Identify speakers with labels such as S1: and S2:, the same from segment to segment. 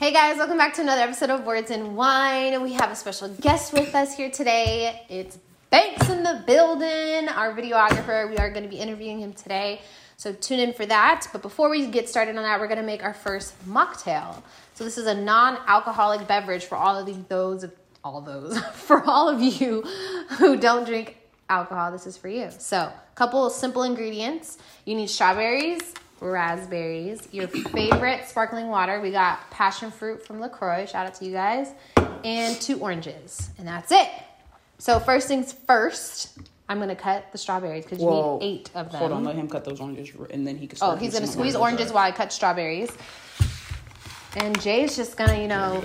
S1: guys, welcome back to another episode of Words and Wine. We have a special guest with us here today. It's Banks in the building, our videographer. We are going to be interviewing him today. So tune in for that. But before we get started on that, we're going to make our first mocktail. So this is a non-alcoholic beverage for all of the, those of all those for all of you who don't drink alcohol. This is for you. So, a couple of simple ingredients. You need strawberries, raspberries, your favorite sparkling water. We got passion fruit from LaCroix. Shout out to you guys. And two oranges. And that's it. So, first things first, I'm going to cut the strawberries because you
S2: Well,
S1: need eight of them.
S2: Hold on, let him cut those oranges, r- and then he can.
S1: Oh,
S2: start
S1: he's
S2: mixing
S1: gonna
S2: the
S1: squeeze oranges while I cut strawberries. And Jay's just gonna, you know,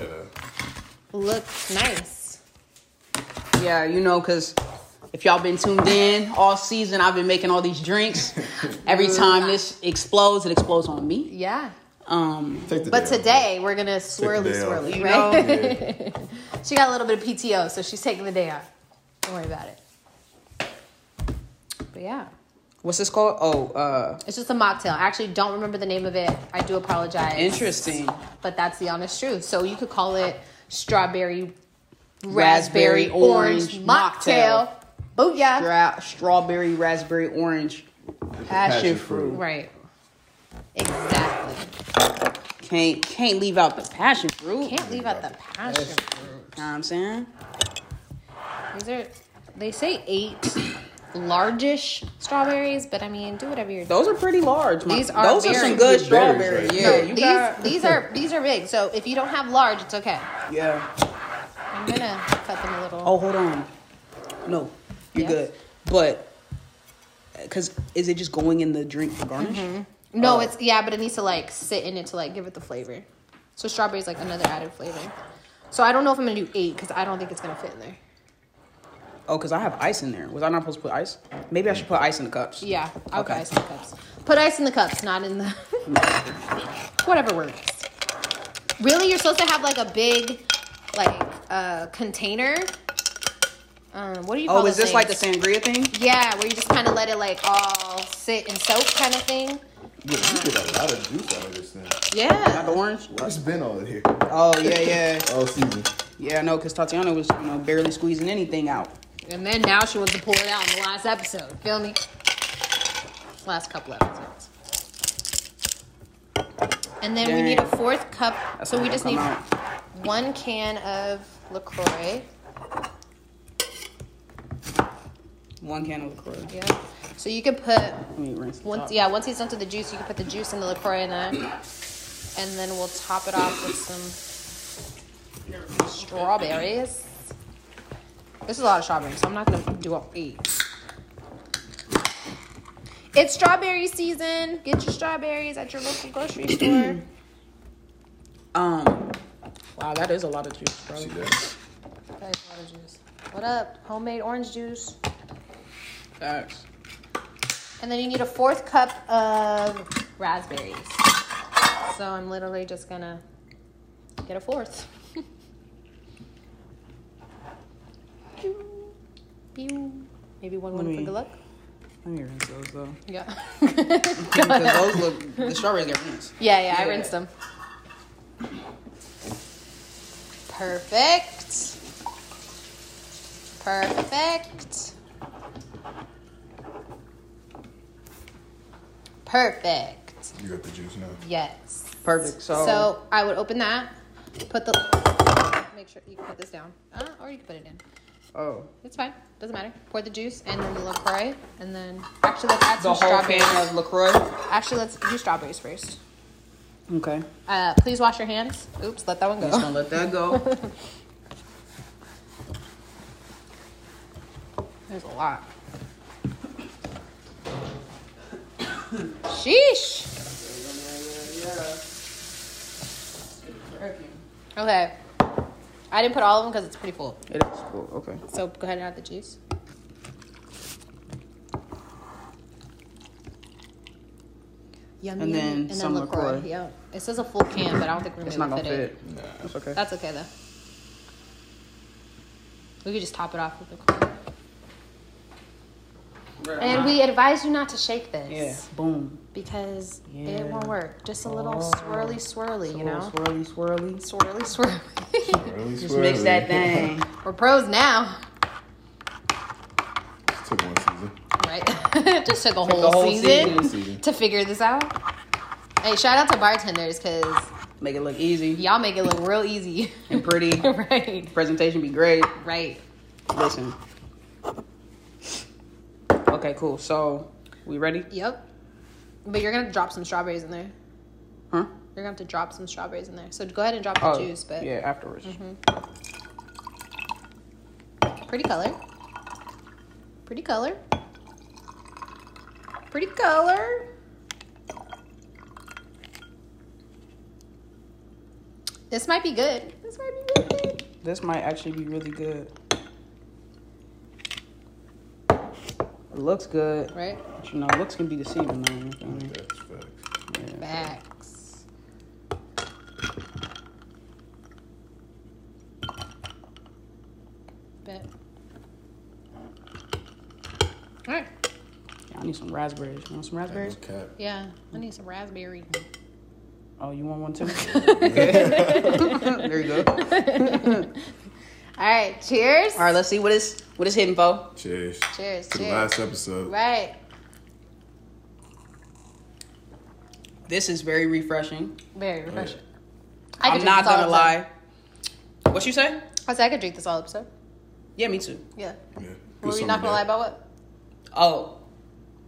S1: look nice.
S2: Yeah, you know, cause if y'all been tuned in all season, I've been making all these drinks. Every time this explodes, it explodes on me.
S1: Yeah.
S2: Um,
S3: Take the
S1: But
S3: day off.
S1: today we're gonna swirly
S3: day off.
S1: swirly,
S2: You
S1: right?
S3: Yeah.
S1: she got a little bit of PTO, so she's taking the day off. Don't worry about it. But yeah.
S2: what's this called? Oh, uh,
S1: It's just a mocktail. I actually don't remember the name of it. I do apologize.
S2: interesting.
S1: But that's the honest truth. So you could call it strawberry, raspberry,
S2: Raspberry
S1: orange,
S2: orange
S1: mocktail. Booyah.
S2: Stra- strawberry, raspberry, orange. Passion fruit.
S1: Right. Exactly.
S2: Can't can't leave out the passion fruit.
S1: Can't leave out the passion.
S2: Know what I'm saying?
S1: These are, they say eight largish strawberries, but I mean, do whatever you're doing.
S2: Those are pretty large. my-
S1: These are
S2: those are
S1: very-
S2: some good
S3: They're
S2: strawberries.
S3: berries, right?
S2: Yeah,
S1: No,
S2: you
S1: these
S2: got
S1: these are these are big. So if you don't have large, it's okay.
S2: yeah.
S1: I'm gonna cut them a little.
S2: Oh, hold on. No, you're
S1: Yes.
S2: good. But because is it just going in the drink for garnish?
S1: Mm-hmm.
S2: Oh.
S1: no, it's yeah, but it needs to like sit in it to like give it the flavor. So strawberries like another added flavor. So I don't know if I'm gonna do eight because I don't think it's gonna fit in there.
S2: Oh, because I have ice in there. Was I not supposed to put ice? Maybe I should put ice in the cups.
S1: Yeah, I'll put
S2: Okay.
S1: ice in the cups. Put ice in the cups, not in the whatever works. Really, you're supposed to have like a big, like uh, container. Um, what do you call
S2: Oh, is
S1: those
S2: this like the
S1: things?
S2: sangria thing?
S1: Yeah, where you just kind of let it like all sit and soak, kind of thing.
S3: Yeah, you get a lot of juice out of this thing.
S2: Not
S1: Yeah.
S2: the orange?
S3: It's been all in here
S2: Oh, yeah, yeah.
S3: all season.
S2: Yeah, no, because Tatiana was, you know, barely squeezing anything out.
S1: And then now she wants to pour it out in the last episode. Feel me? Last couple episodes. And then we
S2: Dang.
S1: need a fourth cup.
S2: That's
S1: so
S2: not
S1: we
S2: gonna
S1: just
S2: come
S1: need
S2: out.
S1: one can of LaCroix.
S2: One can of LaCroix.
S1: Yeah. So you can put
S2: Let me rinse the
S1: once
S2: top.
S1: yeah, once he's done to the juice, you can put the juice in the LaCroix in there. And then we'll top it off with some strawberries. This is a lot of strawberries, so I'm not gonna do all eight. It's strawberry season. Get your strawberries at your local grocery store.
S2: Um, wow, that is a lot of juice, bro.
S3: See that?
S1: That is a lot of juice. What up? Homemade orange juice.
S2: Facts.
S1: And then you need a fourth cup of raspberries. So I'm literally just gonna get a fourth. Pew. Pew. Maybe one one for
S2: me-
S1: good luck.
S2: Let me rinse those, though.
S1: Yeah.
S2: Because those look, the strawberries got rinsed.
S1: yeah, yeah, I
S2: Yeah.
S1: rinsed them. Perfect. Perfect. Perfect.
S3: You got the juice now.
S1: Yes.
S2: Perfect. So,
S1: So I would open that, put the, make sure you can put this down, uh, or you can put it in.
S2: oh,
S1: It's fine. Doesn't matter. Pour the juice and then the LaCroix, and then actually let's add
S2: the
S1: some
S2: whole
S1: strawberries.
S2: can of LaCroix.
S1: Actually, let's do strawberries first.
S2: Okay.
S1: Uh, please wash your hands. Oops, let that one
S2: Just gonna
S1: go.
S2: let that go.
S1: There's a lot. Sheesh. Okay. I didn't put all of them because it's pretty full.
S2: It is cool. Okay.
S1: So go ahead and add the juice. Yummy.
S2: And then some LaCroix.
S1: Yeah. It says a full can, but I don't think we're
S2: It's
S1: gonna
S2: not
S1: fit,
S2: gonna
S1: it.
S2: fit.
S3: Nah.
S2: That's okay.
S1: That's okay though. We could just top it off with the corn. And we advise you not to shake this
S2: Yeah. Boom.
S1: because
S2: Yeah.
S1: it won't work. Just a little
S2: Oh.
S1: swirly, swirly, you know?
S2: Swirly, swirly.
S1: Swirly, swirly.
S3: Really
S2: Just mix that
S3: swirly.
S2: thing.
S1: We're pros now,
S3: Took one season.
S1: right? Just took a whole,
S2: whole
S1: season,
S3: season.
S1: to figure this out. Hey, shout out to bartenders because
S2: Make it look easy
S1: y'all make it look real easy.
S2: and pretty.
S1: right,
S2: Presentation be great.
S1: right.
S2: Listen. Okay, cool. So, we ready?
S1: Yep. But you're gonna drop some strawberries in there.
S2: Huh?
S1: You're gonna have to drop some strawberries in there. So go ahead and drop the
S2: Oh,
S1: juice, but
S2: yeah, afterwards.
S1: pretty color. Pretty color. Pretty color. This might be good. This might be really good.
S2: This might actually be really good. It looks good.
S1: Right?
S2: But you know, looks can be deceiving though. you feel me?
S3: That's facts.
S1: Facts. Bet. Alright.
S2: Yeah, I need some raspberries. You want some
S3: No
S2: raspberries?
S3: cap.
S1: Yeah, I need some raspberry.
S2: Oh, you want one too?
S1: All
S2: there you go. All
S1: right, cheers.
S2: right, let's see what is what is hitting for.
S3: Cheers.
S1: Cheers,
S3: To the
S1: cheers.
S3: last episode.
S1: Right.
S2: This is very refreshing.
S1: Very refreshing. I
S2: I'm
S1: drink
S2: not
S1: this all
S2: gonna
S1: episode.
S2: lie. What you say?
S1: I said I could drink this all episode.
S2: Yeah, me too.
S1: Yeah.
S3: Yeah.
S1: Were we not gonna lie about what?
S2: Oh,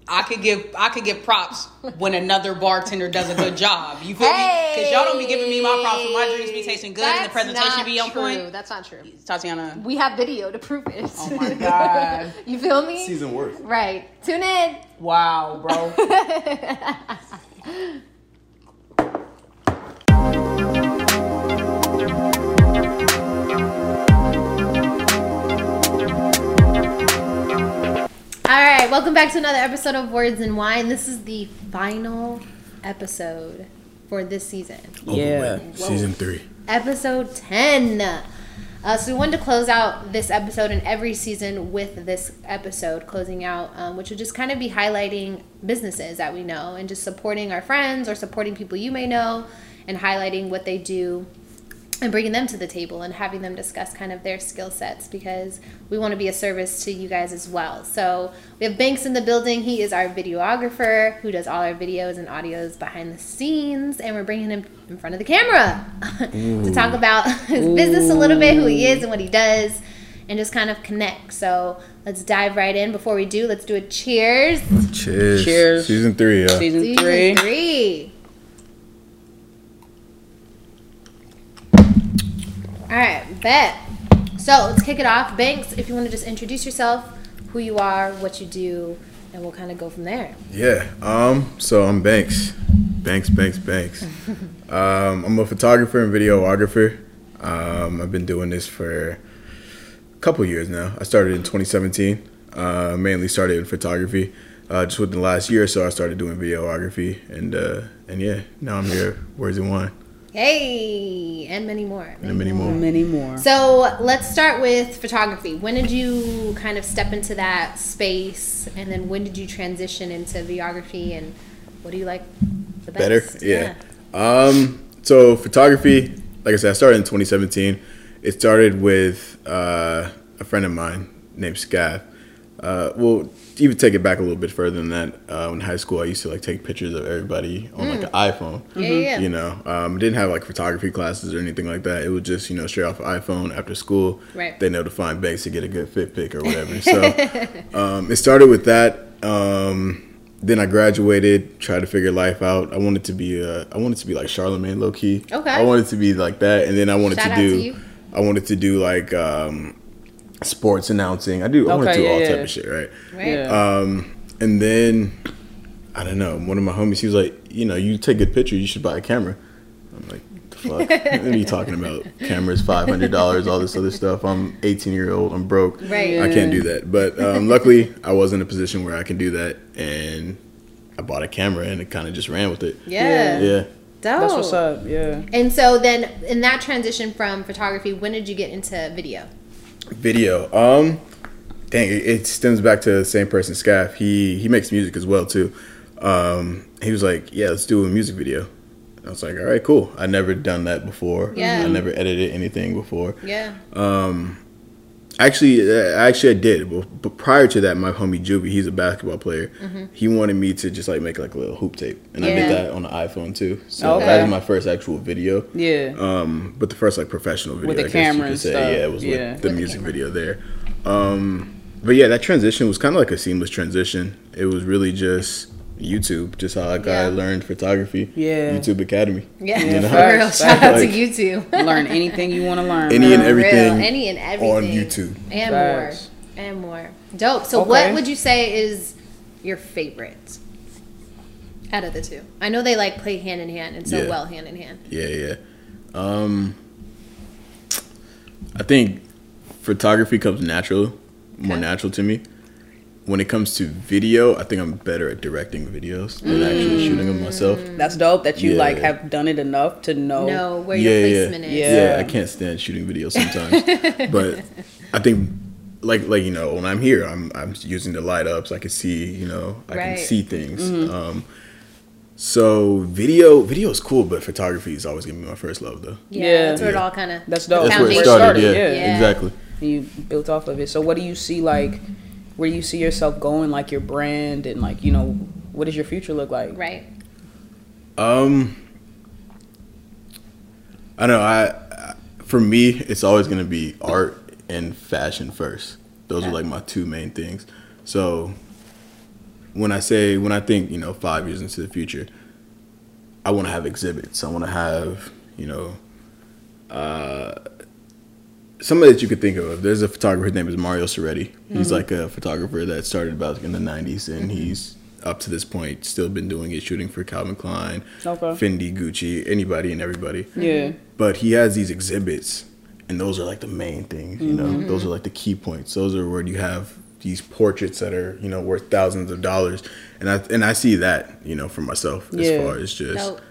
S2: I could give I could give props when another bartender does a good job. You feel me? Because y'all don't be giving me my props when my drinks be tasting good and the
S1: That's
S2: presentation
S1: not
S2: be on
S1: true.
S2: point.
S1: That's not true.
S2: Tatiana,
S1: We have video to prove it.
S2: Oh my God.
S1: you feel me?
S3: Season worth.
S1: Right. Tune in.
S2: wow, bro.
S1: All right, welcome back to another episode of Words and Wine. This is the final episode for this season,
S2: yeah.
S3: Season three.
S1: episode 10. Uh, so, we wanted to close out this episode and every season with this episode, closing out, um, which would just kind of be highlighting businesses that we know and just supporting our friends or supporting people you may know and highlighting what they do and bringing them to the table and having them discuss kind of their skill sets because we want to be a service to you guys as well. So we have Banks in the building. He is our videographer who does all our videos and audios behind the scenes, and we're bringing him in front of the camera to talk about his business a little bit, who he is and what he does, and just kind of connect. So let's dive right in. Before we do, let's do a cheers.
S3: Cheers.
S2: Cheers.
S3: Season three, yeah.
S2: Season,
S1: Season
S2: three.
S1: three. All right, bet. So let's kick it off. Banks, if you want to just introduce yourself, who you are, what you do, and we'll kind of go from there.
S3: Yeah. Um. So I'm Banks. Banks. Banks. Banks. um. I'm a photographer and videographer. Um. I've been doing this for a couple years now. I started in 2017. Uh, mainly started in photography. Uh, just within the last year or so, I started doing videography, and uh, and yeah, now I'm here. Words in wine
S1: Hey, and many more.
S3: and many more.
S2: Many more.
S1: So let's start with photography. When did you kind of step into that space, and then when did you transition into videography, and what do you like the best?
S3: better. Yeah. Um. So photography, like I said, I started in 2017. It started with uh, a friend of mine named Scav. Uh, well, even take it back a little bit further than that. Uh, in high school, I used to like take pictures of everybody on like an iPhone.
S1: Mm. Yeah, yeah, yeah.
S3: You know, um, didn't have like photography classes or anything like that. It was just you know straight off iPhone after school.
S1: Right.
S3: They know to find banks to get a good fit pic or whatever. So um, it started with that. Um, then I graduated, tried to figure life out. I wanted to be uh, I wanted to be like Charlemagne, low key.
S1: Okay.
S3: I wanted to be like that, and then I wanted
S1: Shout
S3: to
S1: out
S3: do.
S1: to you.
S3: I wanted to do like um, sports announcing. I do. I want to
S2: Okay,
S3: do all
S2: yeah,
S3: type
S2: yeah.
S3: of shit, right?
S1: Right.
S2: Yeah.
S3: And then I don't know. One of my homies, he was like, you know, you take good picture, you should buy a camera. I'm like, the fuck? what are you talking about? Cameras, five hundred dollars, all this other stuff. I'm 18 year old. I'm broke.
S1: Right.
S3: I can't do that. But um, luckily, I was in a position where I can do that, and I bought a camera, and it kind of just ran with it.
S1: Yeah.
S3: Yeah.
S1: Dope.
S2: That's what's up. Yeah.
S1: And so then in that transition from photography, when did you get into video?
S3: Video. Um, dang, it- it stems back to the same person, Scaff. He he makes music as well too. Um, he was like, yeah, let's do a music video. I was like, all right, cool. I never done that before.
S1: Yeah.
S3: I never edited anything before.
S2: Yeah.
S3: Actually, uh, actually, I did. But, but prior to that, my homie Juvie, he's a basketball player. He wanted me to just like make like a little hoop tape, and I
S2: Yeah.
S3: did that on the iPhone too. So that
S2: Okay.
S3: was my first actual video.
S2: Yeah.
S3: Um, but the first like professional video,
S2: the
S3: I guess you
S2: camera
S3: could
S2: and
S3: say,
S2: stuff,
S3: yeah, it was
S2: yeah.
S3: with the music video there. Um, but yeah, that transition was kind of like a seamless transition. It was really just YouTube, just how I got
S1: Yeah.
S3: learned photography.
S2: Yeah.
S3: YouTube Academy.
S1: Yeah,
S3: You know?
S1: for real.
S2: Facts,
S1: Shout out to
S3: facts.
S1: YouTube.
S2: learn anything you want to learn.
S3: Any and
S1: For real,
S3: everything
S1: Any and everything.
S3: on YouTube.
S1: And
S2: Facts.
S1: more. And more. Dope. So, what
S2: Okay.
S1: would you say is your favorite out of the two? I know they like play hand in hand and so
S3: Yeah.
S1: well hand in hand.
S3: Yeah, yeah. Um, I think photography comes natural, more
S1: Okay.
S3: natural to me. When it comes to video, I think I'm better at directing videos than actually shooting them myself.
S2: That's dope that you
S3: Yeah.
S2: like have done it enough to know.
S1: Know where
S3: yeah,
S1: your placement
S3: yeah.
S1: is.
S3: Yeah.
S2: Oh. Yeah.
S3: I can't stand shooting videos sometimes. but I think like like you know, when I'm here, I'm I'm using the light up so I can see, you know, I
S1: Right. Mm-hmm.
S3: can see things. Um so video video is cool, but photography is always gonna be my first love though.
S1: Yeah,
S2: Yeah.
S1: that's where it
S3: Yeah.
S1: all kind of.
S2: That's dope.
S3: That's where it
S1: Foundation.
S3: started, yeah,
S1: Yeah. Yeah.
S3: Exactly.
S2: And you built off of it. So what do you see like where do you see yourself going like your brand and like, you know, what does your future look like?
S1: Right.
S3: Um, I don't know. I, I for me, it's always gonna be art and fashion first. Those are like my two main things. So when I say when I think you know five years into the future, I want to have exhibits. I want to have you know. uh, somebody that you could think of. There's a photographer. His name is Mario Soretti.
S2: Mm-hmm.
S3: He's like a photographer that started about in the '90s, and he's up to this point still been doing it, shooting for Calvin Klein,
S2: Okay.
S3: Fendi, Gucci, anybody and everybody.
S2: Yeah.
S3: But he has these exhibits, and those are like the main things. You
S2: Mm-hmm.
S3: know, those are like the key points. Those are where you have these portraits that are you know worth thousands of dollars, and I and I see that you know for myself
S2: Yeah.
S3: as far as just
S1: Dope.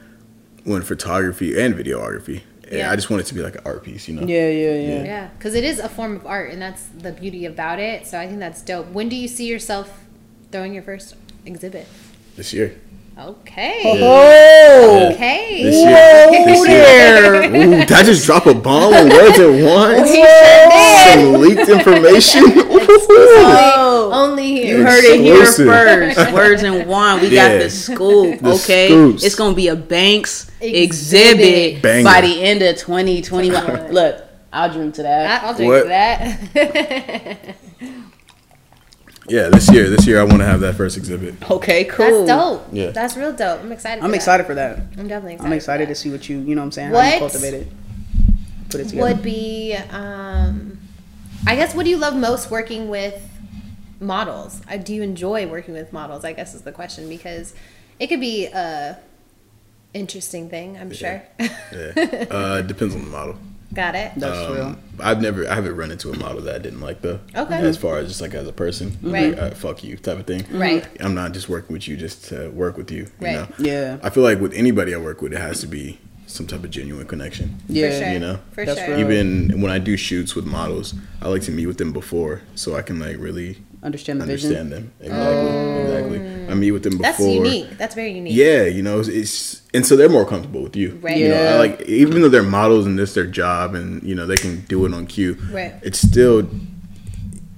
S3: when photography and videography. and
S1: Yeah.
S3: I just want it to be like an art piece, you know.
S2: Yeah, yeah, yeah.
S1: Yeah, because it is a form of art, and that's the beauty about it. So I think that's dope. When do you see yourself throwing your first exhibit?
S3: This year.
S1: Okay.
S2: Oh.
S1: Okay.
S3: This year. This year. Ooh, did I just drop a bomb on Words at Once? Some leaked information. Ooh.
S2: Whoa.
S1: Only here.
S2: You heard it here
S3: Exclusive.
S2: first. Words and wine. We got
S3: Yeah.
S2: the scoop.
S3: The
S2: okay,
S3: scoops.
S2: it's gonna be a Banks
S1: Exhibit.
S2: exhibit
S3: Banger.
S2: by the end of 2021. Look, I'll dream to that.
S1: I, will drink
S3: What?
S1: to that.
S3: yeah, this year. This year, I want to have that first exhibit.
S2: okay, cool.
S1: that's dope.
S3: Yeah.
S1: That's real dope. I'm excited.
S2: I'm
S1: for that.
S2: excited for that.
S1: I'm definitely excited.
S2: I'm
S1: for
S2: excited
S1: that.
S2: to see what you, you know what I'm saying, how
S1: What
S2: you cultivate it. Put it together.
S1: Would be, um, I guess, what do you love most working with models? Uh, do you enjoy working with models? I guess is the question because it could be a interesting thing. I'm sure.
S3: Yeah. Uh, depends on the model.
S1: Got it.
S2: That's true.
S3: Um, I've never, I haven't run into a model that I didn't like though.
S1: Okay.
S3: As far as just like as a person,
S1: Right.
S3: Like, uh, fuck you type of thing.
S1: Right.
S3: I'm not just working with you just to work with you. you
S1: Right.
S3: know?
S2: Yeah.
S3: I feel like with anybody I work with, it has to be some type of genuine connection.
S1: For
S2: Yeah.
S1: sure.
S3: you know?
S1: For
S2: That's
S1: sure.
S2: real.
S3: Even when I do shoots with models, I like to meet with them before so I can like really
S2: Understand the vision.
S3: understand them. Exactly. Exactly. I meet with them before.
S1: That's unique. That's very unique.
S3: Yeah, you know, it's, it's and so they're more comfortable with you.
S1: Right.
S3: You know,
S2: Yeah.
S3: I like even though they're models and this their job and you know they can do it on cue.
S1: Right.
S3: It's still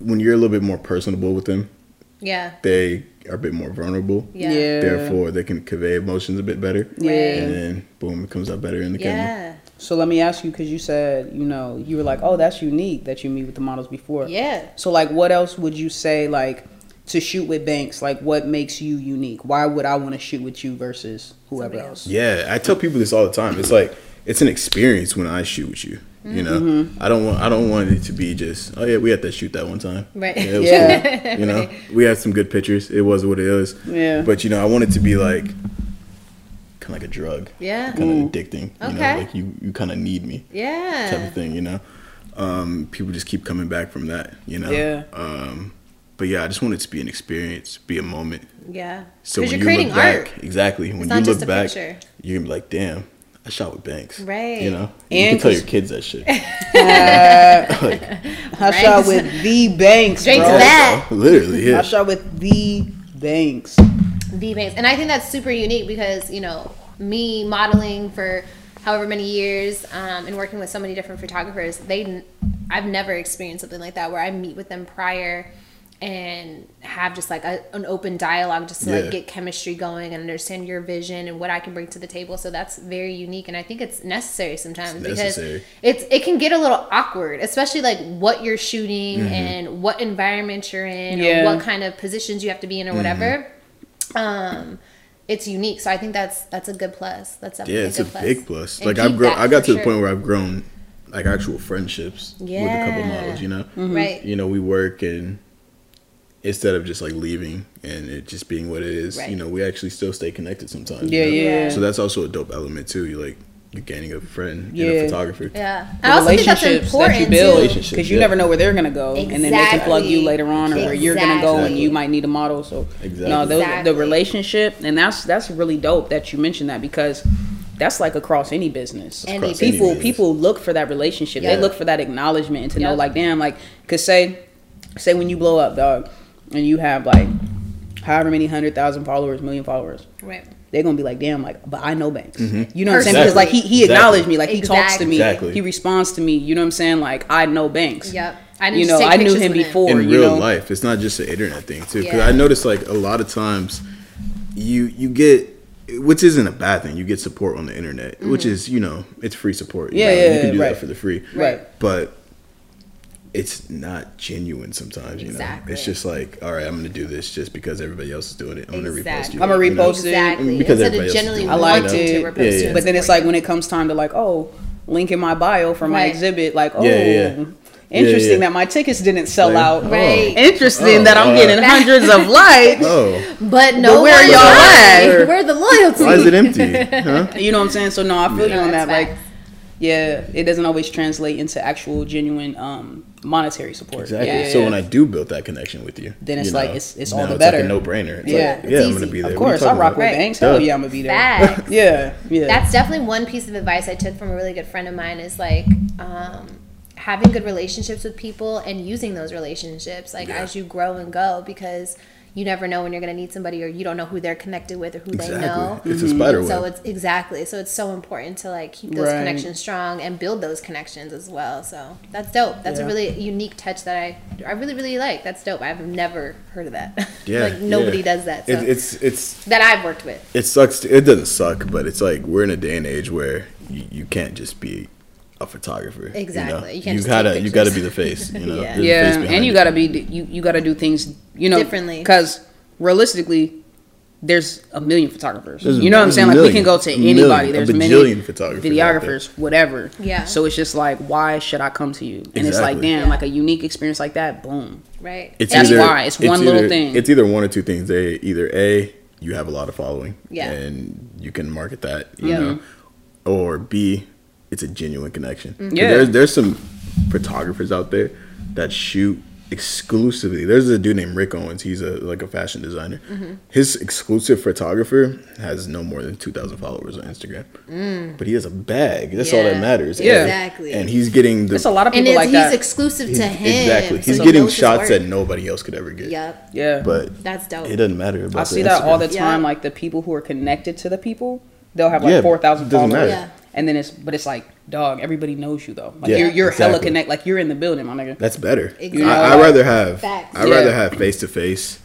S3: when you're a little bit more personable with them,
S1: Yeah.
S3: they are a bit more vulnerable.
S1: Yeah.
S2: Yeah.
S3: Therefore, they can convey emotions a bit better.
S2: Yeah.
S3: And then boom, it comes out better in the camera.
S1: Yeah.
S2: So let me ask you, because you said, you know, you were like, oh, that's unique that you meet with the models before.
S1: Yeah.
S2: So like, what else would you say like to shoot with Banks? Like, what makes you unique? Why would I want to shoot with you versus whoever
S1: Somebody
S2: else?
S3: Yeah, I tell people this all the time. It's like it's an experience when I shoot with you. You know,
S2: Mm-hmm.
S3: I don't want I don't want it to be just oh yeah we had to shoot that one time.
S1: Right.
S3: Yeah, it was
S2: Yeah.
S3: cool. You know, we had some good pictures. It was what it is.
S2: Yeah.
S3: But you know, I want it to be like kind of like a drug.
S1: Yeah.
S3: Kind
S2: Mm.
S3: of addicting. You
S1: Okay.
S3: know, like you you kind of need me type
S1: Yeah.
S3: of thing. You know, um, people just keep coming back from that. You know.
S2: Yeah.
S3: Um, but yeah, I just want it to be an experience, be a moment.
S1: Yeah.
S3: So
S1: Because you're
S3: when you
S1: creating
S3: look back,
S1: art.
S3: exactly. When
S1: not
S3: you
S1: just
S3: look
S1: a
S3: back,
S1: picture.
S3: you're gonna be like, "Damn, I I shot with Banks.
S1: Right.
S3: You know, you
S2: And
S3: can tell
S2: cause-
S3: your kids that shit.
S2: I shot with the banks,
S1: Drinks
S2: bro.
S1: back.
S3: bro. Literally,
S2: I
S3: yeah.
S2: shot with the banks.
S1: the banks. And I think that's super unique because, you know, me modeling for however many years um, and working with so many different photographers, they n- I've never experienced something like that where I meet with them prior and have just like a, an open dialogue just to
S3: Yeah.
S1: like get chemistry going and understand your vision and what I can bring to the table. So that's very unique and I think it's necessary sometimes
S3: necessary.
S1: because it's it can get a little awkward, especially like what you're shooting
S3: Mm-hmm.
S1: and what environment you're in
S2: Yeah.
S1: or what kind of positions you have to be in
S3: Mm-hmm.
S1: or whatever um it's unique so i think that's that's a good plus that's definitely
S3: Yeah, it's
S1: a
S3: a
S1: good plus.
S3: big plus.
S1: And
S3: Like I've
S1: keep
S3: grown.
S1: that
S3: I got
S1: for
S3: to the
S1: sure.
S3: point where I've grown like actual friendships with a couple
S1: Yeah. Mm-hmm.
S3: models. You know,
S1: Right.
S3: you know, we work and instead of just like leaving and it just being what it is,
S1: Right.
S3: you know, we actually still stay connected sometimes.
S2: Yeah,
S3: you know?
S2: yeah.
S3: So that's also a dope element too. You like you're gaining a friend and
S2: Yeah.
S3: a photographer.
S1: yeah
S2: The
S1: i also think that's important
S2: that you build
S1: too
S3: Relationships,
S2: because you
S3: yeah.
S2: never know where they're gonna go, and then they can plug you
S1: Exactly.
S2: later on, or where you're gonna go, and
S3: Exactly.
S2: you might need a model. So
S3: Exactly.
S2: no, those,
S1: Exactly.
S2: the relationship, and that's that's really dope that you mentioned that because that's like across any business.
S1: Any
S3: Across any
S2: people
S3: business.
S2: people look for that relationship.
S1: Yeah.
S2: They look for that acknowledgement and to know
S1: Yep.
S2: like damn like cause say say when you blow up dog and you have like however many hundred thousand followers, million followers
S1: right
S2: they're gonna be like, damn, like, but I know Banks. You know what I'm saying? Because
S1: Exactly.
S2: like he, he
S3: Mm-hmm. Exactly.
S2: acknowledged me, like he
S1: Exactly.
S2: talks to me,
S3: Exactly.
S2: he responds to me. You know what I'm saying? Like I know Banks.
S1: yep i didn't
S2: You know,
S1: just take
S2: I knew
S1: pictures
S2: him
S1: with
S2: before.
S3: in
S2: you
S3: real
S2: know?
S3: life. It's not just an internet thing too. Because
S1: Yeah.
S3: I noticed like a lot of times, you you get which isn't a bad thing. You get support on the internet, which is you know it's free support. You
S2: Mm-hmm. Yeah,
S3: know,
S2: yeah,
S3: you can
S2: yeah,
S3: do
S2: right.
S3: that for the free,
S2: Right.
S3: But it's not genuine sometimes. You know,
S1: Exactly.
S3: it's just like all right, I'm gonna do this just because everybody else is doing it. I'm gonna repost
S1: Exactly.
S3: you.
S2: I'ma
S3: you know?
S2: repost it.
S1: exactly
S3: Mm, Because
S1: instead
S3: everybody
S1: of
S3: else is
S1: generally
S3: doing
S2: it. I liked
S1: wanting
S2: it.
S1: to repost
S3: Yeah,
S1: you
S3: yeah.
S2: But then it's like when it comes time to like, oh, link in my bio for my
S1: Right.
S2: exhibit, like, oh,
S3: Yeah, yeah.
S2: interesting
S3: Yeah, yeah.
S2: that my tickets didn't sell
S3: Like,
S2: out.
S3: oh,
S1: Right.
S2: Interesting
S3: Oh,
S2: that I'm
S3: uh,
S2: getting hundreds of likes.
S3: Oh,
S1: but no
S2: But where
S1: one's
S2: y'all
S1: loyal.
S3: at?
S1: where the loyalty
S3: why is it empty? Huh?
S2: You know what I'm saying? So no, I feel you on
S1: That's
S2: that. Like,
S1: facts.
S2: yeah, it doesn't always translate into actual genuine um, monetary support.
S3: Exactly.
S2: Yeah, yeah,
S3: so
S2: yeah.
S3: when I do build that connection with you,
S2: Then
S3: you
S2: it's
S3: know,
S2: like, it's- it's
S3: you
S2: all
S3: know,
S2: the
S3: It's
S2: better.
S3: like a no-brainer. It's
S2: Yeah.
S3: like, yeah, I'm
S1: It's
S3: gonna
S1: easy.
S3: be
S2: of
S3: there. What are you
S2: course, I
S3: talking
S2: rock
S3: about?
S2: with
S1: Right.
S2: Banks. Hell
S3: Duh.
S2: yeah, I'm gonna be there.
S1: Facts.
S2: Yeah, yeah.
S1: That's definitely one piece of advice I took from a really good friend of mine is like um, having good relationships with people and using those relationships like
S3: Yeah.
S1: as you grow and go because you never know when you're going to need somebody or you don't know who they're connected with or who they know.
S3: Exactly. It's a spider web.
S1: So it's exactly so it's so important to like keep those
S2: Right.
S1: connections strong and build those connections as well. So that's dope. That's
S2: Yeah.
S1: a really unique touch that I I really really like. That's dope. I've never heard of that.
S3: Yeah,
S1: like nobody
S3: yeah.
S1: does that. So.
S3: It, it's it's
S1: that I've worked with.
S3: it sucks. To, it doesn't suck, but it's like we're in a day and age where you, you can't just be a photographer. you know?
S1: Exactly. You
S3: You,
S1: can't just
S3: gotta
S1: take
S3: you gotta be
S1: pictures.
S3: the face. You know.
S1: Yeah.
S3: There's a face
S2: yeah,
S3: behind
S2: and you
S3: it.
S2: gotta be you you gotta do things you know
S1: Differently.
S2: because realistically, there's a million photographers.
S3: There's a-
S2: you know what I'm
S3: there's a
S2: saying? Like we
S3: million.
S2: can go to
S3: A million.
S2: anybody.
S3: A
S2: there's many
S3: bajillion photographers out there.
S2: videographers, whatever.
S1: Yeah.
S2: So it's just like, why should I come to you? And it's like,
S3: Exactly.
S2: damn,
S1: Yeah.
S2: like a unique experience like that. Boom.
S1: Right.
S3: It's
S2: That's
S3: either,
S2: why, it's one
S3: either,
S2: little thing.
S3: It's either one or two things. They either a you have a lot of following.
S1: Yeah.
S3: And you can market that. You
S1: Yeah.
S3: know, or b it's a genuine connection. 'Cause
S2: Mm-hmm. Yeah.
S3: There's there's some photographers out there that shoot exclusively. There's a dude named Rick Owens. He's a like a fashion designer.
S2: Mm-hmm.
S3: His exclusive photographer has no more than two thousand followers on Instagram. But he has a bag. That's all that
S1: Yeah.
S3: matters.
S2: Mm. Yeah.
S3: And-
S1: Exactly.
S3: And he's getting the
S2: It's a lot of
S1: and
S2: people
S1: it's,
S2: like
S1: he's
S2: that.
S1: exclusive
S3: he's-
S1: to him.
S3: Exactly.
S1: so
S3: He's
S1: he
S3: getting
S1: knows his
S3: shots
S1: work.
S3: that nobody else could ever get.
S1: Yep,
S2: yeah.
S3: But
S1: that's dope.
S3: it doesn't matter. About
S2: I
S3: the
S2: see that all the
S3: Instagram.
S1: Instagram.
S2: time.
S1: Yeah.
S2: Like the people who are connected to the people, they'll have like
S3: Yeah,
S2: four thousand
S3: doesn't
S2: followers,
S3: matter.
S1: Yeah.
S2: and then it's but it's like, dog, everybody knows you though. Like
S3: Yeah,
S2: you're you're hella
S3: exactly.
S2: connect. Like you're in the building, my nigga.
S3: That's better.
S1: Exactly.
S3: I, I rather have
S1: Facts.
S3: I
S2: Yeah.
S3: rather have face to face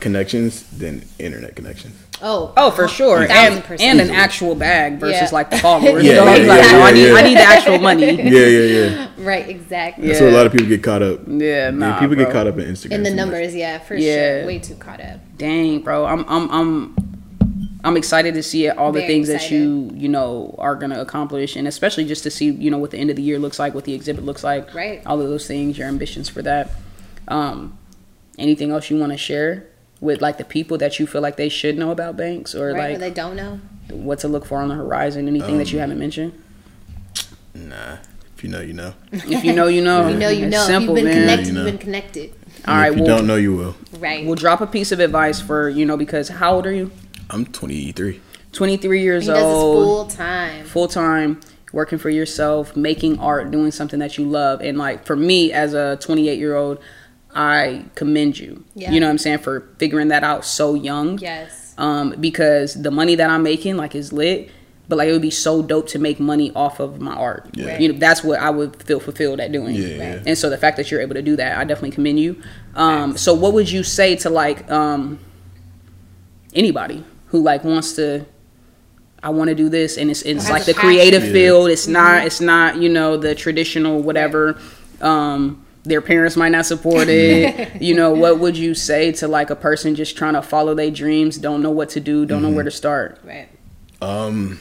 S3: connections than internet connections.
S1: oh,
S2: Oh, for sure,
S1: Thousand
S2: and,
S1: percent.
S2: and an
S3: Easily.
S2: actual bag versus
S1: Yeah.
S2: like the followers.
S3: Yeah,
S2: you know,
S3: yeah,
S2: he's like,
S3: yeah,
S2: no, I
S3: yeah,
S2: need
S3: yeah.
S2: I need the actual money.
S3: Yeah, yeah, yeah.
S1: right, exactly.
S2: Yeah.
S3: That's where a lot of people get caught up.
S2: Yeah,
S3: Man,
S2: nah,
S3: people
S2: bro.
S3: get caught up in Instagram.
S1: In the
S3: too much.
S1: numbers, yeah, for
S2: Yeah.
S1: sure. Way too caught up.
S2: Dang, bro, I'm I'm I'm I'm excited to see all the
S1: Very
S2: things that
S1: excited.
S2: you you know are gonna accomplish, and especially just to see you know what the end of the year looks like, what the exhibit looks like,
S1: Right.
S2: All of those things, your ambitions for that. Um, anything else you want to share with like the people that you feel like they should know about banks, or
S1: Right, where
S2: like
S1: they don't know.
S2: what to look for on the horizon? Anything that
S3: Um,
S2: you haven't mentioned?
S3: Nah, if you know, you know.
S2: If you know, you know.
S1: You know, you
S2: It's
S1: know.
S2: Simple,
S1: if you've been
S2: man.
S1: connected,
S3: You
S1: you
S3: know.
S1: have been connected.
S2: All
S3: And
S2: right,
S3: if you
S2: well,
S3: don't know, you will.
S1: Right.
S2: we'll drop a piece of advice for you know because how old are you?
S3: I'm 23.
S2: 23 years
S1: He
S2: old.
S1: does this full time.
S2: full time, working for yourself, making art, doing something that you love. And like for me as a 28 year old, I commend you.
S1: Yeah.
S2: You know what I'm saying for figuring that out so young.
S1: Yes.
S2: Um, because the money that I'm making like is lit, but like it would be so dope to make money off of my art.
S1: Yeah.
S2: You know that's what I would feel fulfilled at doing.
S3: Yeah, yeah.
S2: And so the fact that you're able to do that, I definitely commend you. Um, so what would you say to like um, anybody who like wants to I want to do this and it's it's
S1: Has
S2: like
S1: a
S2: the
S1: passion. Mm-hmm.
S2: creative
S3: Yeah.
S2: field. It's not it's not, you know, the traditional whatever um their parents might not support it. you know, what would you say to like a person just trying to follow their dreams, don't know what to do, don't know
S3: Mm-hmm.
S2: where to start?
S1: Right.
S3: Um,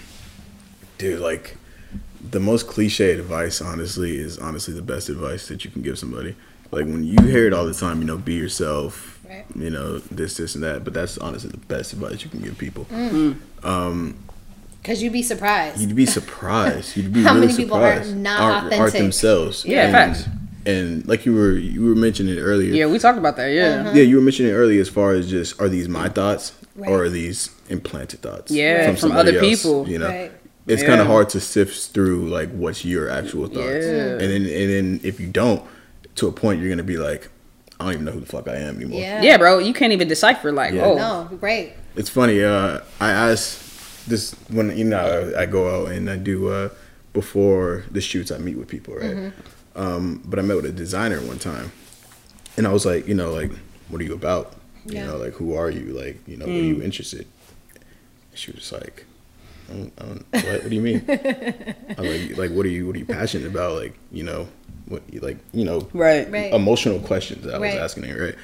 S3: dude, like the most cliched advice, honestly, is honestly the best advice that you can give somebody. Like when you hear it all the time, you know, be yourself,
S1: Right.
S3: you know, this, this, and that. But that's honestly the best advice you can give people.
S1: Mm. Because you'd be surprised.
S3: You'd be surprised. You'd be
S1: How
S3: really
S1: many people are
S3: surprised.
S1: not
S3: Aren't- aren't
S1: authentic?
S3: themselves.
S2: Yeah,
S3: and,
S2: facts.
S3: And like you were, you were mentioning it earlier.
S2: Yeah, we talked about that. Yeah.
S1: Uh-huh.
S3: Yeah, you were mentioning earlier as far as just are these my thoughts
S1: Right.
S3: or are these implanted thoughts?
S2: Yeah, from
S3: somebody
S2: other people.
S3: You know,
S1: Right.
S3: it's kind
S2: Yeah.
S3: of hard to sift through like what's your actual thoughts,
S2: Yeah.
S3: and then and then if you don't, to a point you're gonna be like, I don't even know who the fuck I am anymore.
S1: Yeah.
S2: Yeah, bro, you can't even decipher like,
S3: Yeah.
S2: oh,
S1: No, right.
S3: It's funny. Uh, I asked this when you know I go out and I do uh, before the shoots. I meet with people, right? Um, but I met with a designer one time, and I was like, you know, like, what are you about? You
S1: Yeah.
S3: know, like, who are you? Like, you know, what are you interested? She was like, I don't, I don't, what, what do you mean? I'm like, like, what are you? What are you passionate about? Like, you know, what? Like, you know,
S2: right.
S1: Right.
S3: emotional questions that I
S1: Right.
S3: was asking her, right?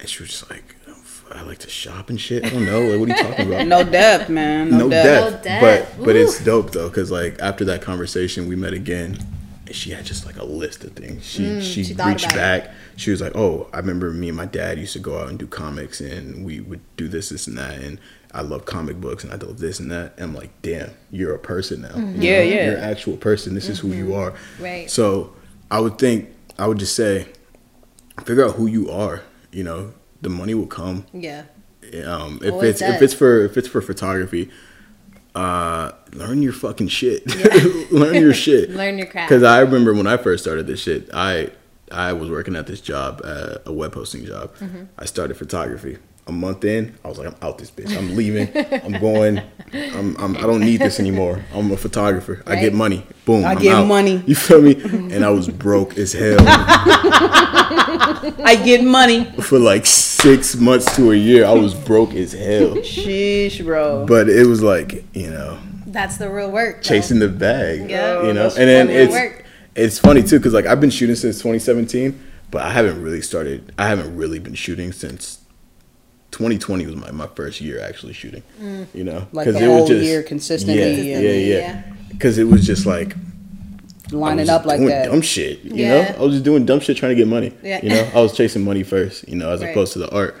S3: And she was just like, "Oh, f- I like to shop and shit. I don't know. Like, what are you talking about?
S2: No depth, man. No,
S3: no
S2: depth.
S3: depth.
S1: No depth.
S3: But but it's
S1: Ooh.
S3: dope though, because like after that conversation, we met again. And she had just like a list of things. She she,
S1: Mm, she thought
S3: reached
S1: about
S3: back. She was like, "Oh, I remember me and my dad used to go out and do comics, and we would do this, this, and that. And I love comic books, and I love this and that." And I'm like, "Damn, you're a person now. You
S2: Yeah, yeah.
S3: You're an actual person. This is who you are."
S1: Mm-hmm. Right.
S3: So I would think I would just say, figure out who you are. You know, the money will come
S1: Yeah.
S3: um, if
S1: Oh, it
S3: it's if
S1: does.
S3: it's for if it's for photography, uh, learn your fucking shit. learn your shit.
S1: Learn your craft.
S3: Because I remember when I first started this shit, I I was working at this job, uh, a web hosting job.
S1: Mm-hmm.
S3: I started photography. A month in, I was like, I'm out this bitch. I'm leaving. I'm going. I'm, I'm, I don't need this anymore. I'm a photographer. I
S1: Right. Mm-hmm.
S3: get money. Boom.
S2: I
S3: I'm
S2: get
S3: out.
S2: money.
S3: You feel me? And I was broke as hell
S2: I get money.
S3: for like six months to a year. I was broke as hell.
S2: Sheesh, bro.
S3: But it was like, you know,
S1: That's the real work. though.
S3: chasing the bag.
S1: Yeah.
S3: You know,
S2: That's
S3: and then
S1: funny.
S3: it's
S1: Work.
S3: it's funny too because like I've been shooting since 2017, but I haven't really started. I haven't really been shooting since 2020 was my, my first year actually shooting. You know,
S2: Mm. Like the whole year consistently
S3: Yeah,
S2: and-
S3: yeah, yeah.
S1: Yeah.
S3: Because it was just like I was
S2: Lining
S3: just
S2: up like
S3: doing
S2: that.
S3: dumb shit. You
S1: Yeah.
S3: know, I was just doing dumb shit trying to get money.
S1: Yeah.
S3: You know, I was chasing money first. You know, as
S1: Right.
S3: opposed to the art.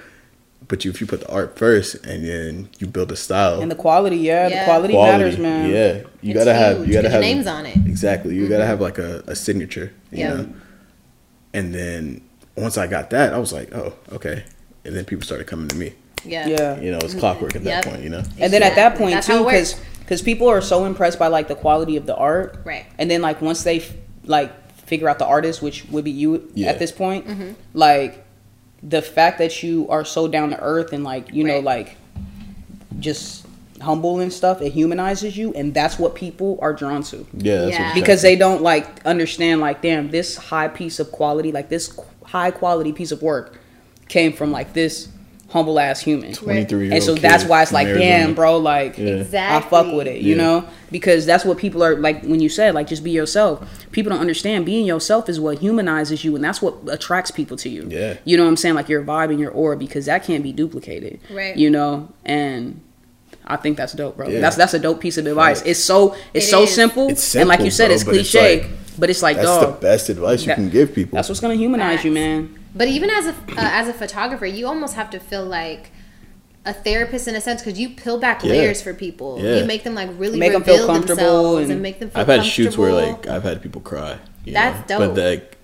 S3: But you, if you put the art first and then you build a style,
S2: And the quality, yeah, the
S1: Yeah.
S2: quality,
S3: quality,
S2: matters, man.
S3: Yeah, you
S1: It's
S3: gotta have
S1: huge.
S3: you gotta
S1: Put
S3: have
S1: your names on it.
S3: Exactly, you
S2: Mm-hmm.
S3: gotta have like a, a signature. You
S1: Yeah.
S3: know? And then once I got that, I was like, oh, okay. And then people started coming to me.
S1: Yeah.
S2: Yeah.
S3: You know, it's clockwork at
S1: Yep.
S3: that point. You know.
S2: Mm-hmm. And then at that
S1: Exactly.
S2: point
S1: That's how
S2: too,
S1: it works.
S2: because people are so impressed by like the quality of the art,
S1: Right.
S2: And then like once they f- like figure out the artist, which would be you
S3: Yeah.
S2: at this point,
S1: Mm-hmm.
S2: like the fact that you are so down to earth and like you know
S1: Right.
S2: like just humble and stuff, it humanizes you, and that's what people are drawn to
S3: Yeah. That's
S1: Yeah.
S3: What
S2: because they don't like understand like damn this high piece of quality like this qu- high quality piece of work came from like this humble ass human
S3: twenty three.
S2: and so that's why it's like, damn, bro, like
S3: Yeah.
S1: Exactly.
S2: I fuck with it, you
S3: Yeah.
S2: know, because that's what people are like. When you said like, just be yourself, people don't understand. Being yourself is what humanizes you, and that's what attracts people to you.
S3: Yeah.
S2: you know what I'm saying? Like your vibe and your aura, because that can't be duplicated.
S1: Right.
S2: You know, and I think that's dope, bro.
S3: Yeah.
S2: That's that's a dope piece of advice.
S3: Right.
S2: It's so it's
S1: It
S2: so
S1: is.
S2: simple,
S3: It's
S2: and like you
S3: simple,
S2: said,
S3: bro,
S2: it's
S3: but it's
S2: cliche,
S3: like-
S2: but it's like,
S3: That's
S2: dog,
S3: the best advice you
S2: that-
S3: can give people.
S2: that's what's gonna humanize you,
S1: Facts.
S2: man.
S1: But even as a uh, as a photographer, you almost have to feel like a therapist in a sense because you peel back
S3: Yeah.
S1: layers for people.
S3: Yeah.
S1: You make them like really
S2: Make 'em
S1: reveal
S2: feel comfortable
S1: themselves
S2: and-
S1: and, make them feel
S3: I've had shoots where
S1: comfortable.
S3: like I've had people cry. you
S1: That's
S3: know,
S1: dope.
S3: But like,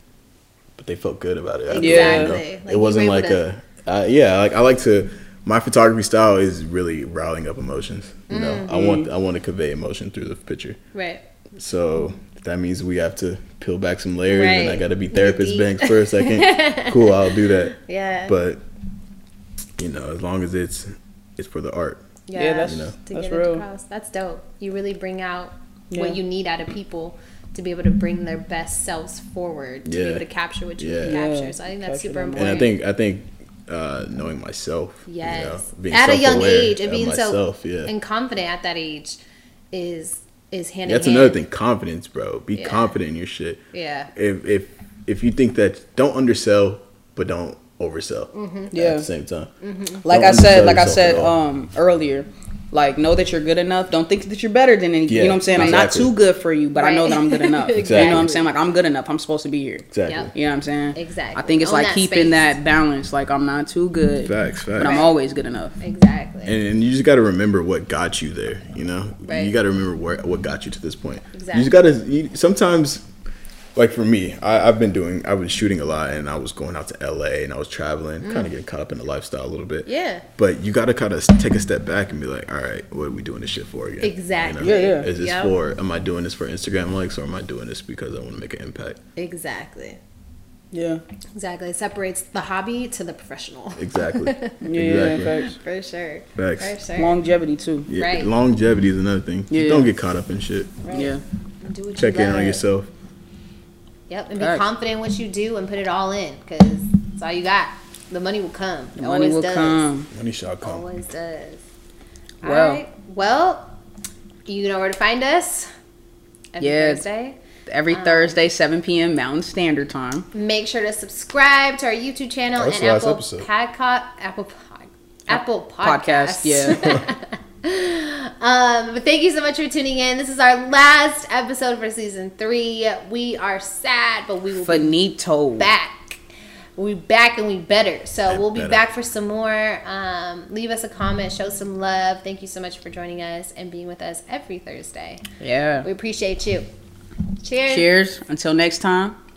S3: but they felt good about it. after,
S2: Exactly.
S3: you know?
S1: Like,
S3: it
S1: you
S3: wasn't
S1: were able
S3: like a uh, yeah. Like I like to. my photography style is really riling up emotions. You know, I want I want to convey emotion through the picture.
S4: Right.
S3: So that means we have to peel back some layers, and I
S4: Right.
S3: got to be therapist
S4: deep.
S3: banks for a second. cool, I'll do that.
S4: Yeah.
S3: But you know, as long as it's it's for the art.
S2: Yeah, that's-
S4: to
S2: that's
S4: get it
S2: real.
S4: across.
S1: That's dope. You really bring out
S2: Yeah.
S1: what you need out of people to be able to bring their best selves forward, to be
S3: Yeah.
S1: able to capture what you need to
S3: Yeah.
S1: capture.
S2: Yeah.
S1: So I think that's
S2: Capture
S1: super
S2: them all.
S1: important.
S3: And I think I think uh, knowing myself, you
S1: yes,
S3: know, being
S1: at a young
S3: self-aware
S1: age and
S3: of
S1: being
S3: myself,
S1: so
S3: yeah.
S1: and confident at that age is is hand
S3: That's
S1: in
S3: another
S1: hand.
S3: thing. Confidence, bro. Be
S1: Yeah.
S3: confident in your shit.
S1: Yeah.
S3: If if if you think that, don't undersell, but don't oversell.
S1: Mm-hmm.
S2: Yeah.
S3: At the same time.
S2: like
S3: Don't
S2: I said,
S3: undersell
S2: like I
S3: yourself
S2: said
S3: at all.
S2: um, earlier, like know that you're good enough. Don't think that you're better than any.
S3: Yeah,
S2: you know what I'm saying?
S3: exactly.
S2: I'm not too good for you, but I know
S1: Right.
S2: that I'm good enough. You know what
S3: Exactly.
S2: I'm saying? Like I'm good enough. I'm supposed to be here.
S3: exactly.
S1: Yep.
S2: You know what I'm saying?
S1: Exactly.
S2: I think it's
S1: Own
S2: like
S1: that
S2: keeping
S1: space.
S2: that balance. Like I'm not too good,
S3: Facts, facts.
S2: but I'm always good enough.
S1: Exactly.
S3: and, and you just got to remember what got you there. You know,
S1: Right.
S3: you got to remember where, what got you to this point. You
S1: Exactly.
S3: just got to sometimes, like for me, I, I've been doing, I was shooting a lot, and I was going out to LA, and I was traveling, kind of getting caught up in the lifestyle a little bit.
S1: Mm. Yeah.
S3: But you got to kind of take a step back and be like, all right, what are we doing this shit for again? You know?
S1: Exactly.
S2: Yeah, yeah.
S3: Is this
S1: Yep.
S3: for? Am I doing this for Instagram likes, or am I doing this because I want to make an impact?
S1: Exactly.
S2: Yeah,
S1: Exactly. It separates the hobby to the professional.
S3: Exactly.
S2: yeah,
S3: exactly.
S2: yeah. Facts.
S1: For sure.
S3: Facts.
S1: For sure.
S2: Longevity too.
S3: Yeah,
S1: Right.
S3: Longevity is another thing.
S2: Yeah.
S3: Don't get caught up in shit.
S1: Right.
S2: Yeah,
S1: Do what you
S3: Check in
S1: love.
S3: on yourself.
S1: Yep, and be
S2: Facts.
S1: confident in what you do and put it all in because it's all you got. The money will come. It
S2: money
S1: always
S2: will
S1: does.
S2: come.
S3: Money shall come.
S1: Always does.
S2: Well.
S1: All right. Well, you know where to find us. Every
S2: Yeah.
S1: Thursday.
S2: Every
S1: Um,
S2: Thursday, 7 p.m. Mountain Standard Time.
S1: Make sure to subscribe to our YouTube channel
S3: That's
S1: and
S3: the last
S1: Apple
S3: episode.
S1: Podca- Apple Pod. Apple
S2: Podcast,
S1: Podcast. Yeah. um, but thank you so much for tuning in. This is our last episode for season three. We are sad, but we will be
S2: Finito.
S1: back. We back and we better. So
S3: And
S1: we'll be
S3: better.
S1: back for some more. Um, leave us a comment, show some love. Thank you so much for joining us and being with us every Thursday.
S2: Yeah.
S1: We appreciate you. Cheers.
S2: Cheers. Until next time.